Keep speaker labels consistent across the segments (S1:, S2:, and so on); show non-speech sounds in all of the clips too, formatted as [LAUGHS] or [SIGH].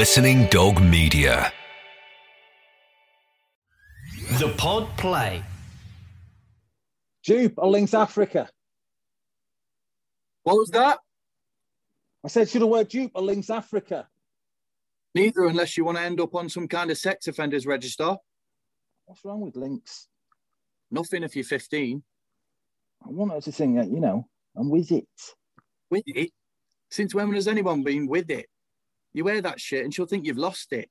S1: Listening Dog Media.
S2: The Pod Play.
S3: Jupe, I linked Africa.
S4: What was that?
S3: I said, should have word Jupe, I linked Africa.
S4: Neither, unless you want to end up on some kind of sex offenders register.
S3: What's wrong with links?
S4: Nothing if you're 15.
S3: I want her to think that, you know, I'm with it.
S4: With it? Since when has anyone been with it? You wear that shit and she'll think you've lost it.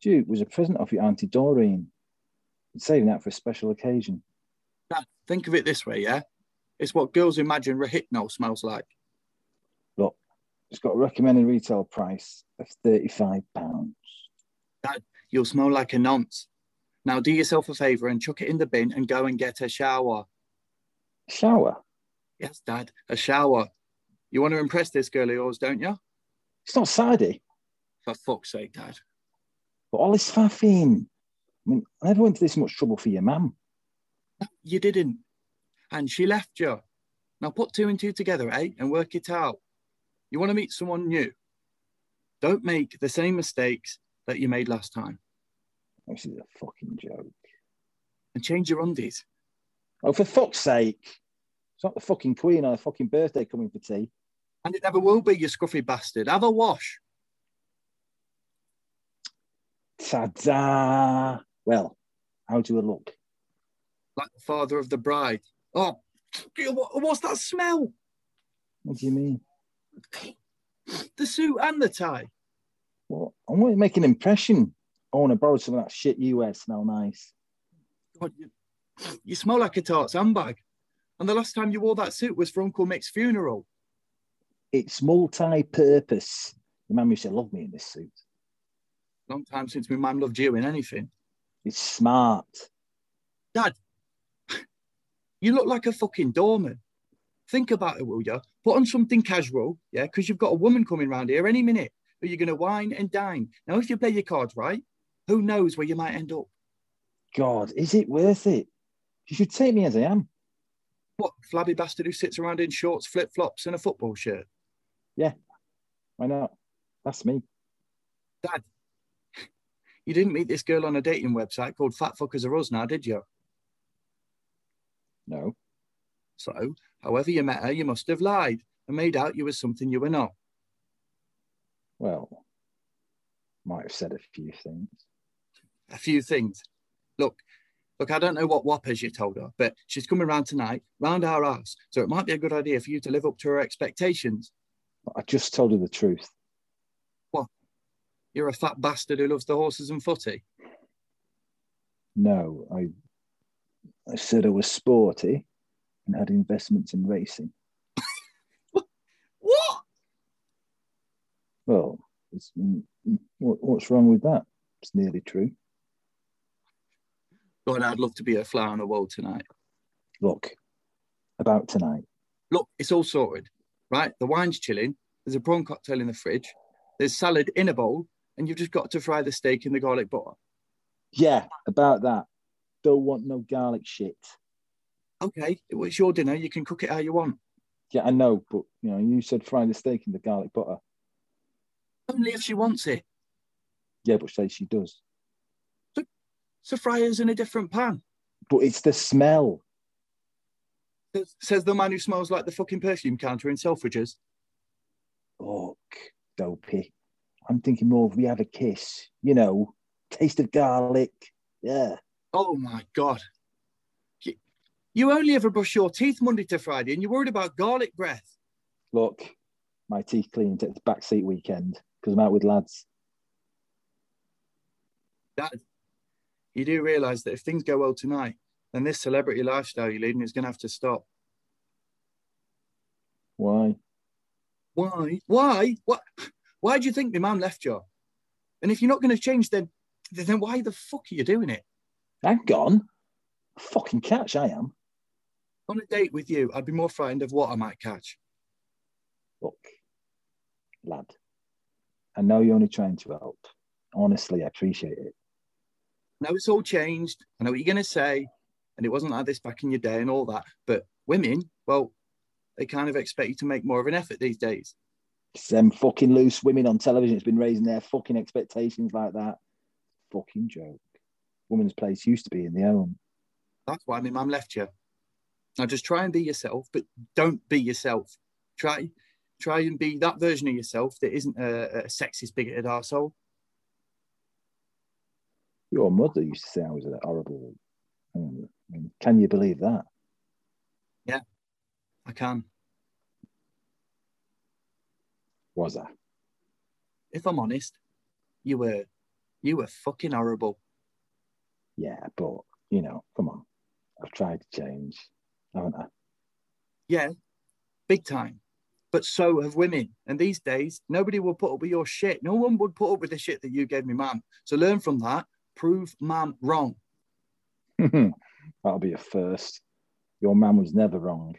S3: Jupe was a present off your Auntie Doreen. I'm saving that for a special occasion.
S4: Now, think of it this way, yeah? It's what girls imagine Rohypnol smells like.
S3: Look, it's got a recommended retail price of £35.
S4: You'll smell like a nonce. Now do yourself a favour and chuck it in the bin and go and get a shower.
S3: Shower?
S4: Yes, Dad, a shower. You want to impress this girl of yours, don't you?
S3: It's not Saudi,
S4: For fuck's sake, Dad.
S3: but all this faffing. I mean, I never went to this much trouble for your mum.
S4: You didn't. And she left you. Now put two and two together, eh? And work it out. You want to meet someone new. Don't make the same mistakes that you made last time
S3: This is a fucking joke.
S4: and change your undies.
S3: Oh, for fuck's sake. It's not the fucking Queen or the fucking birthday coming for tea.
S4: And it never will be, you scruffy bastard. Have a wash.
S3: Ta-da! Well, how do I look?
S4: Like the father of the bride. Oh, what- what's that smell?
S3: What do you mean?
S4: The suit and the tie.
S3: Well, I want to make an impression. I want to borrow some of that shit you wear. Smell nice.
S4: God, you, you smell like a tarts handbag. And the last time you wore that suit was for Uncle Mick's funeral.
S3: It's multi-purpose. Your mum used to love me in this suit.
S4: Long time since my mum loved you in anything.
S3: It's smart.
S4: You look like a fucking doorman. Think about it, will you? Put on something casual, yeah, because you've got a woman coming round here any minute who you're going to wine and dine. Now, if you play your cards right, who knows where you might end up?
S3: God, is it worth it? You should take me as I am.
S4: What, flabby bastard who sits around in shorts, flip flops, and a football shirt?
S3: Why not? That's me.
S4: You didn't meet this girl on a dating website called Fat Fuckers Are Us now, did you?
S3: No.
S4: So, however you met her, you must have lied and made out you were something you were not.
S3: Well, might have said a few things.
S4: a few things. Look, look, I don't know what whoppers you told her, but she's coming round tonight, round our house. So it might be a good idea for you to live up to her expectations.
S3: But I just told her the truth.
S4: You're a fat bastard who loves the horses and footy.
S3: No, I, I said I was sporty and had investments in racing.
S4: What?
S3: Well, it's, mm, mm, what, what's wrong with that? It's nearly true.
S4: God, I'd love to be a fly on a wall tonight.
S3: Look, about tonight.
S4: Look, it's all sorted, right? The wine's chilling. There's a prawn cocktail in the fridge. There's salad in a bowl, and you've just got to fry the steak in the garlic butter.
S3: Yeah, about that. Don't want no garlic shit.
S4: Okay, it's your dinner. You can cook it how you want.
S3: Yeah, I know, but you know, you said fry the steak in the garlic butter.
S4: Only if she wants it.
S3: Yeah, but say she does.
S4: So fry us in a different pan.
S3: But it's the smell.
S4: Says- Says the man who smells like the fucking perfume counter in Selfridges.
S3: Look, dopey. I'm thinking more of we have a kiss. You know, taste of garlic. Yeah.
S4: Oh my God. You, you only ever brush your teeth Monday to Friday and you're worried about garlic breath.
S3: Look, my teeth cleaned at the backseat weekend because I'm out with lads.
S4: You do realize that if things go well tonight, then this celebrity lifestyle you're leading is going to have to stop.
S3: Why?
S4: Why? Why? What? Why do you think the man left you? And if you're not going to change, then then why the fuck are you doing it?
S3: I'm gone. Fucking catch, I am.
S4: On a date with you, I'd be more frightened of what I might catch.
S3: Look, lad, I know you're only trying to help. Honestly, I appreciate it.
S4: I know it's all changed. I know what you're going to say. And it wasn't like this back in your day and all that. But women, well, they kind of expect you to make more of an effort these days.
S3: It's them fucking loose women on television. It's been raising their fucking expectations like that. Fucking joke. Woman's place used to be in the home.
S4: That's why my mum left you. Now just try and be yourself, but don't be yourself. Try, try and be that version of yourself that isn't a, a sexist, bigoted arsehole.
S3: Your mother used to say I was a horrible. I mean, can you believe that?
S4: I can.
S3: Was I?
S4: If I'm honest, you were, you were fucking horrible.
S3: Yeah, but you know, come on. I've tried to change, haven't I?
S4: Yeah, big time. But so have women. And these days, nobody will put up with your shit. No one would put up with the shit that you gave me, mum. So learn from that. Prove mum wrong.
S3: That'll be a first. Your man was never wrong.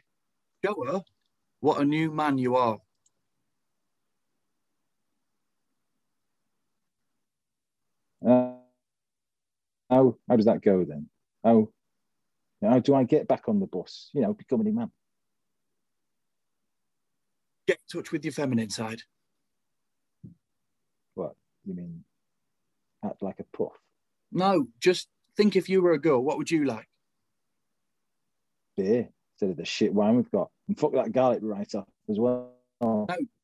S4: Show her what a new man you are.
S3: Uh, how how does that go then? How how do I get back on the bus? You know, becoming a man.
S4: Get in touch with your feminine side.
S3: You mean act like a puff,
S4: No, just think if you were a girl, what would you like?
S3: beer instead of the shit wine we've got, and fuck that garlic right off as well.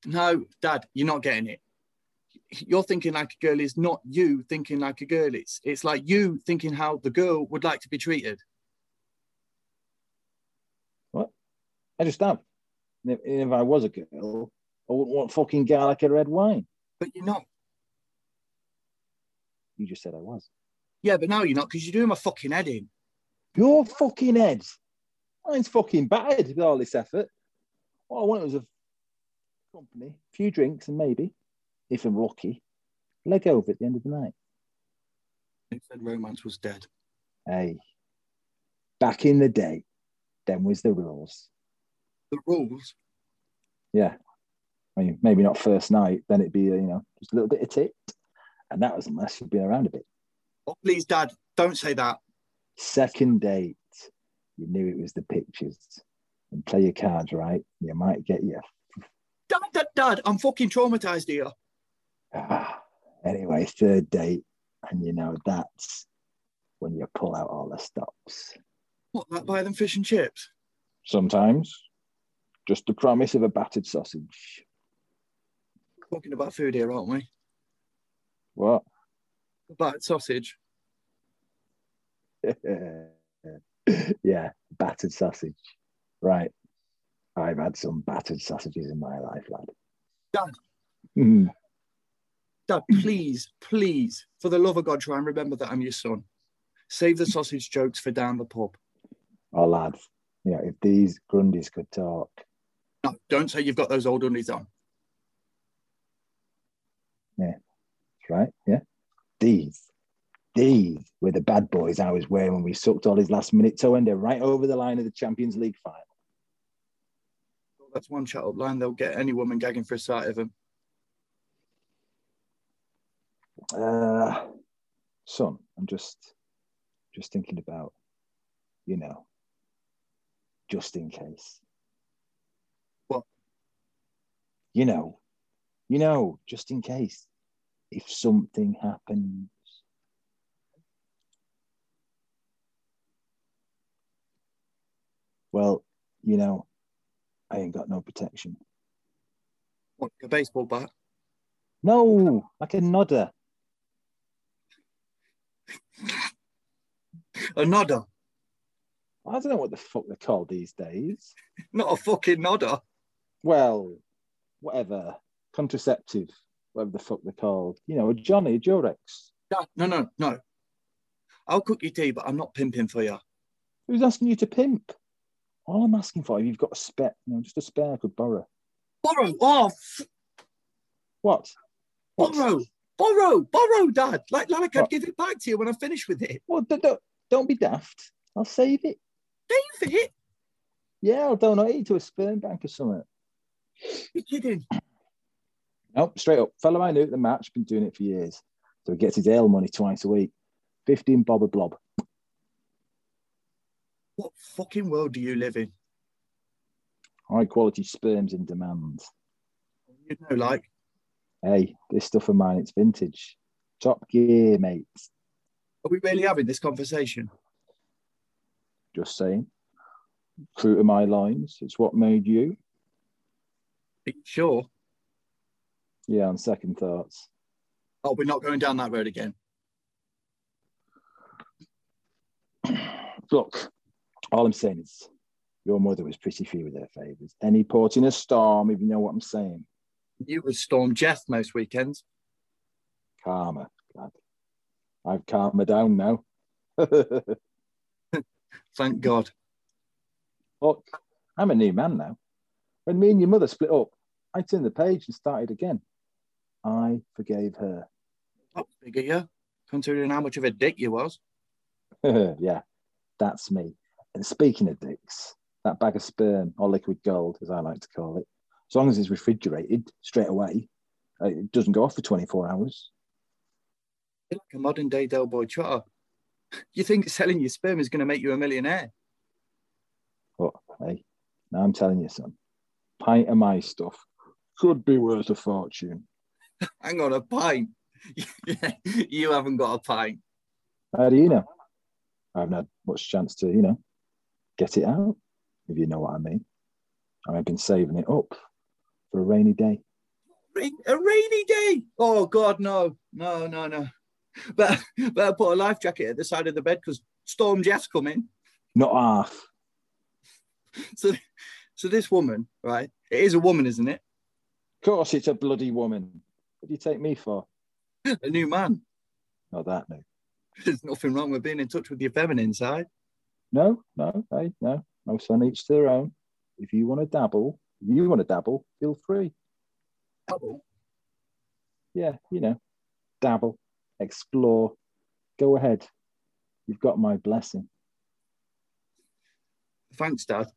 S4: No, dad, you're not getting it. You're thinking like a girl is not you thinking like a girl. It's it's like you thinking how the girl would like to be treated.
S3: I just have. And if, and if I was a girl, I wouldn't want fucking garlic and red wine.
S4: But you're not.
S3: You just said I was.
S4: Yeah, but now you're not because you're doing my fucking head in.
S3: Your fucking head. Mine's fucking battered with all this effort. What I wanted was a company, a few drinks, and maybe, if I'm lucky, leg over at the end of the night.
S4: Who said romance was dead?
S3: Hey, back in the day, then was the rules.
S4: The rules.
S3: Yeah. I mean, maybe not first night, then it'd be, you know, just a little bit of tit. And that was unless you'd been around a bit.
S4: Oh, please, dad, don't say that.
S3: Second date, you knew it was the pictures. And play your cards right, you might get your
S4: Dad, dad, dad, I'm fucking traumatized here.
S3: Ah, anyway, third date, and you know that's when you pull out all the stops.
S4: What, like buy them fish and chips?
S3: Sometimes, just the promise of a battered sausage.
S4: Talking about food here, aren't we?
S3: What?
S4: About sausage.
S3: [LAUGHS] yeah, battered sausage. Right. I've had some battered sausages in my life, lad.
S4: Done.
S3: Hmm.
S4: Dad, please, please, for the love of God, try and remember that I'm your son. Save the sausage jokes for down the pub.
S3: Oh, lad, you know, if these Grundies could talk,
S4: No, don't say you've got those old undies on.
S3: right? Yeah. These, these were the bad boys I was wearing when we sucked all his last minute toe ender right over the line of the Champions League final.
S4: That's one chat up line. They'll get any woman gagging for a sight of him.
S3: Uh, son, I'm just, just thinking about, you know, just in case.
S4: What?
S3: You know, you know, just in case, if something happens. Well, you know, I ain't got no protection.
S4: What, a baseball bat?
S3: No, like a nodder.
S4: A nodder, [LAUGHS]
S3: I don't know what the fuck they're called these days.
S4: not a fucking nodder.
S3: Well, whatever. Contraceptive, whatever the fuck they're called. You know, a Johnny, a Durex.
S4: Dad, no, no, no. I'll cook your tea, but I'm not pimping for you.
S3: Who's asking you to pimp? All I'm asking for, if you've got a spare, you know, just a spare I could borrow.
S4: Borrow, oh, f-
S3: What? What?
S4: borrow, borrow, borrow, Dad. Like, like I'd
S3: What?
S4: give it back to you when I finish with it.
S3: Well, don't, don't, don't be daft. I'll save it.
S4: Save it.
S3: Yeah, I'll donate it to a sperm bank or something.
S4: You're kidding.
S3: Nope, straight up. Fellow I knew at the match, been doing it for years. So he gets his ale money twice a week. 15 bob a blob.
S4: What fucking world do you live in?
S3: High quality sperms in demand.
S4: You know, like,
S3: Hey, this stuff of mine, it's vintage. Top gear, mate.
S4: are we really having this conversation?
S3: Just saying. True to my lines. It's what made you.
S4: Are you sure?
S3: Yeah, on second thoughts.
S4: Oh, we're not going down that road again.
S3: Look, all I'm saying is your mother was pretty few with her favours. Any port in a storm, if you know what I'm saying.
S4: You would storm Jeff most weekends.
S3: Karma. God. I've karma down now. [LAUGHS] Look,
S4: Thank God.
S3: I'm a new man now. When me and your mother split up, I turned the page and started again. I forgave her.
S4: That was big of you, considering how much of a dick you was.
S3: [LAUGHS] yeah, that's me. And speaking of dicks, that bag of sperm or liquid gold, as I like to call it, as long as it's refrigerated straight away, uh, it doesn't go off for 24 hours.
S4: You're like a modern day Del Boy Trotter. You think selling your sperm is going to make you a millionaire?
S3: But hey, now I'm telling you, son, pint of my stuff could be worth a fortune.
S4: Hang on, a pint. [LAUGHS] you haven't got a pint.
S3: How do you know? I haven't had much chance to, you know, get it out, if you know what I mean. And I've been saving it up for a rainy day.
S4: Rain, a rainy day. Oh God, no, no, no, no. But but I put a life jacket at the side of the bed because Storm Jeff's coming.
S3: Not half.
S4: So so this woman, right? It is a woman, isn't it?
S3: Of course, it's a bloody woman. What do you take me for?
S4: A new man.
S3: Not that, no.
S4: There's nothing wrong with being in touch with your feminine side.
S3: No, no, hey, no. No son, each to their own. If you want to dabble, if you want to dabble, feel free. Yeah, you know, dabble, explore, go ahead. You've got my blessing.
S4: Thanks, Dad.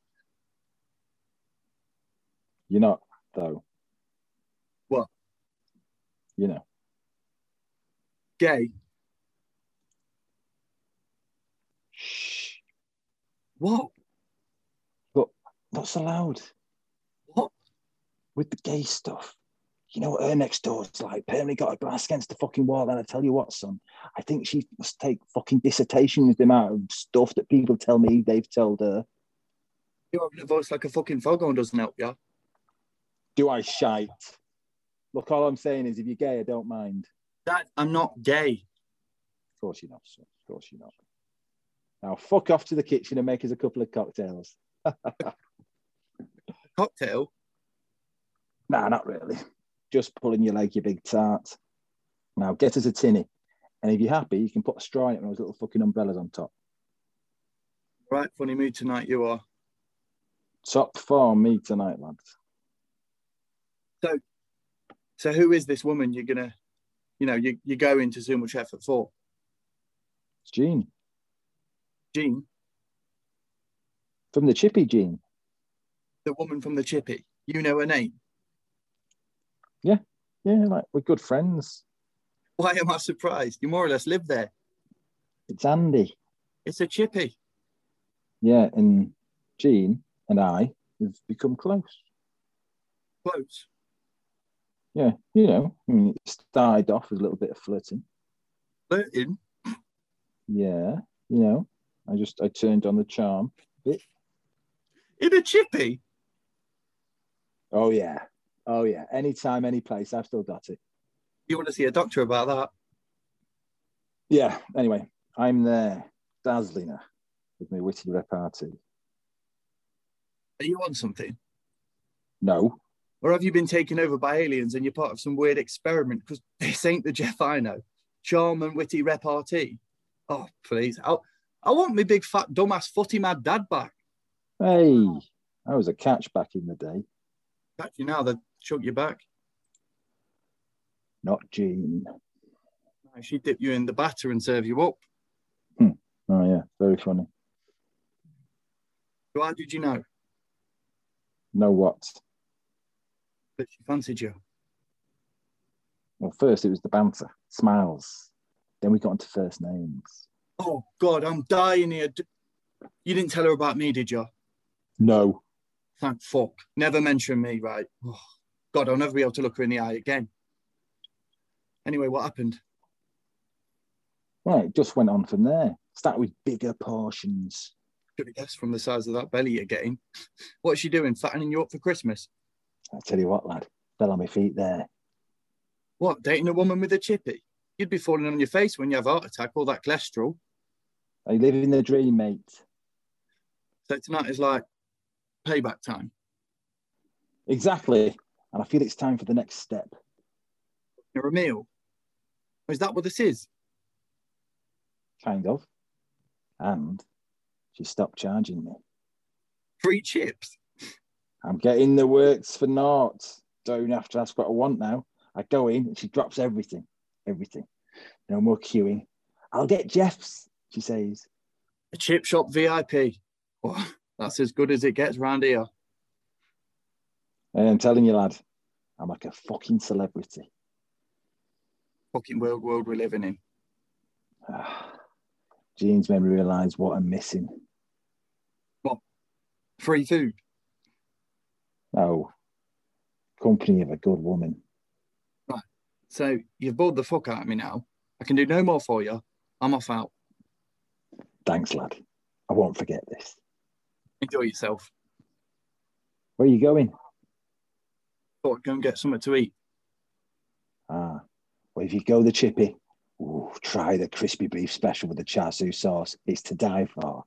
S3: You're not, though.
S4: What?
S3: You know,
S4: Gay.
S3: shh,
S4: What?
S3: that's allowed.
S4: What?
S3: With the gay stuff. You know what her next door's like? Permanently got her glass against the fucking wall. And I tell you what, son, I think she must take fucking dissertation with the amount of stuff that people tell me they've told her.
S4: You're having a voice like a fucking foghorn doesn't help you.
S3: do I shite? Look, all I'm saying is if you're gay, I don't mind.
S4: Dad, I'm not gay.
S3: Of course you're not, son. Of course you're not. Now fuck off to the kitchen and make us a couple of cocktails.
S4: Cocktail.
S3: Nah, not really. Just pulling your leg, you big tart. Now get us a tinny. And if you're happy, you can put a straw in it and those little fucking umbrellas on top.
S4: Right, funny mood tonight you are.
S3: Top form me tonight, lads.
S4: So who is this woman you're gonna, you know, you you go into so much effort for?
S3: It's Gene.
S4: Jean,
S3: From the chippy Gene.
S4: the woman from the chippy. You know her name.
S3: Yeah, like we're good friends.
S4: Why am I surprised? You more or less live there.
S3: It's Andy.
S4: It's a chippy.
S3: Yeah, and Gene and I have become close.
S4: Close.
S3: yeah, you know, I mean, it started off with a little bit of flirting.
S4: Flirting.
S3: Yeah, you know, I just I turned on the charm.
S4: In a chippy.
S3: Oh yeah, oh yeah. Anytime, any place, I've still got it.
S4: You want to see a doctor about that?
S3: Yeah. Anyway, I'm there, dazzling her with my witty repartee.
S4: Are you on something?
S3: No,
S4: Or have you been taken over by aliens and you're part of some weird experiment? Because this ain't the Jeff I know. Charm and witty repartee. Oh, please. I, I want my big fat dumbass footy mad dad back.
S3: hey, I was a catch back in the day,
S4: Catch you now, they'll chuck you back.
S3: not Gene.
S4: No, She dip you in the batter and serve you up.
S3: Oh yeah, very funny.
S4: So how did you know
S3: No what?
S4: that she fancied you?
S3: Well, first it was the banter, smiles. Then we got into first names.
S4: Oh God, I'm dying here. D- You didn't tell her about me, did you?
S3: No,
S4: Thank fuck. Never mention me, right? Oh, God, I'll never be able to look her in the eye again. Anyway, what happened?
S3: Well, it just went on from there. Start with bigger portions.
S4: Could have guessed from the size of that belly you're getting. [LAUGHS] What's she doing? Fattening you up for Christmas?
S3: I tell you what, lad, fell on my feet there.
S4: What, dating a woman with a chippy? You'd be falling on your face when you have a heart attack, all that cholesterol.
S3: I live in the dream, mate.
S4: So tonight is like payback time.
S3: Exactly. And I feel it's time for the next step.
S4: You're a meal. Oh, Is that what this is?
S3: Kind of. And she stopped charging me.
S4: Free chips?
S3: I'm getting the works for naught. Don't have to ask what I want now. I go in and she drops everything. Everything. No more queuing. I'll get Jeff's, she says.
S4: A chip shop VIP. Well, Oh, [LAUGHS] that's as good as it gets round here.
S3: And I'm telling you, lad, I'm like a fucking celebrity. [SIGHS]
S4: Fucking world world we're living in.
S3: Jean's made me realise what I'm missing.
S4: Free food.
S3: Oh, company of a good woman.
S4: So you've bored the fuck out of me now. I can do no more for you. I'm off out.
S3: Thanks, lad. I won't forget this.
S4: Enjoy yourself.
S3: Where are you going?
S4: Thought I'd go and get something to eat.
S3: Ah, well, if you go the chippy, ooh, try the crispy beef special with the char siu sauce. It's to die for.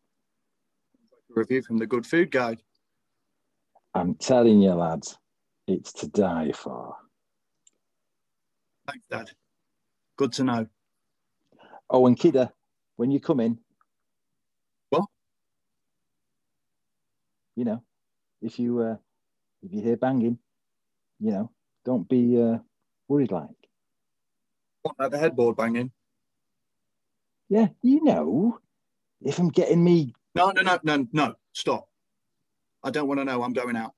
S4: A review from the Good Food Guide.
S3: I'm telling you, lads, it's to die for.
S4: Thanks, Dad. Good to know.
S3: Oh, and Kidder, when you come in.
S4: What?
S3: You know, if you uh, if you hear banging, you know, don't be uh, worried like.
S4: What, like the headboard banging?
S3: Yeah, you know, if I'm getting me,
S4: No, no, no, no, no. Stop. I don't want to know. I'm going out.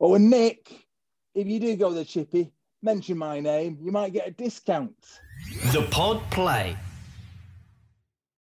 S3: oh, and Nick, if you do go to the chippy, mention my name, you might get a discount.
S2: The Pod Play.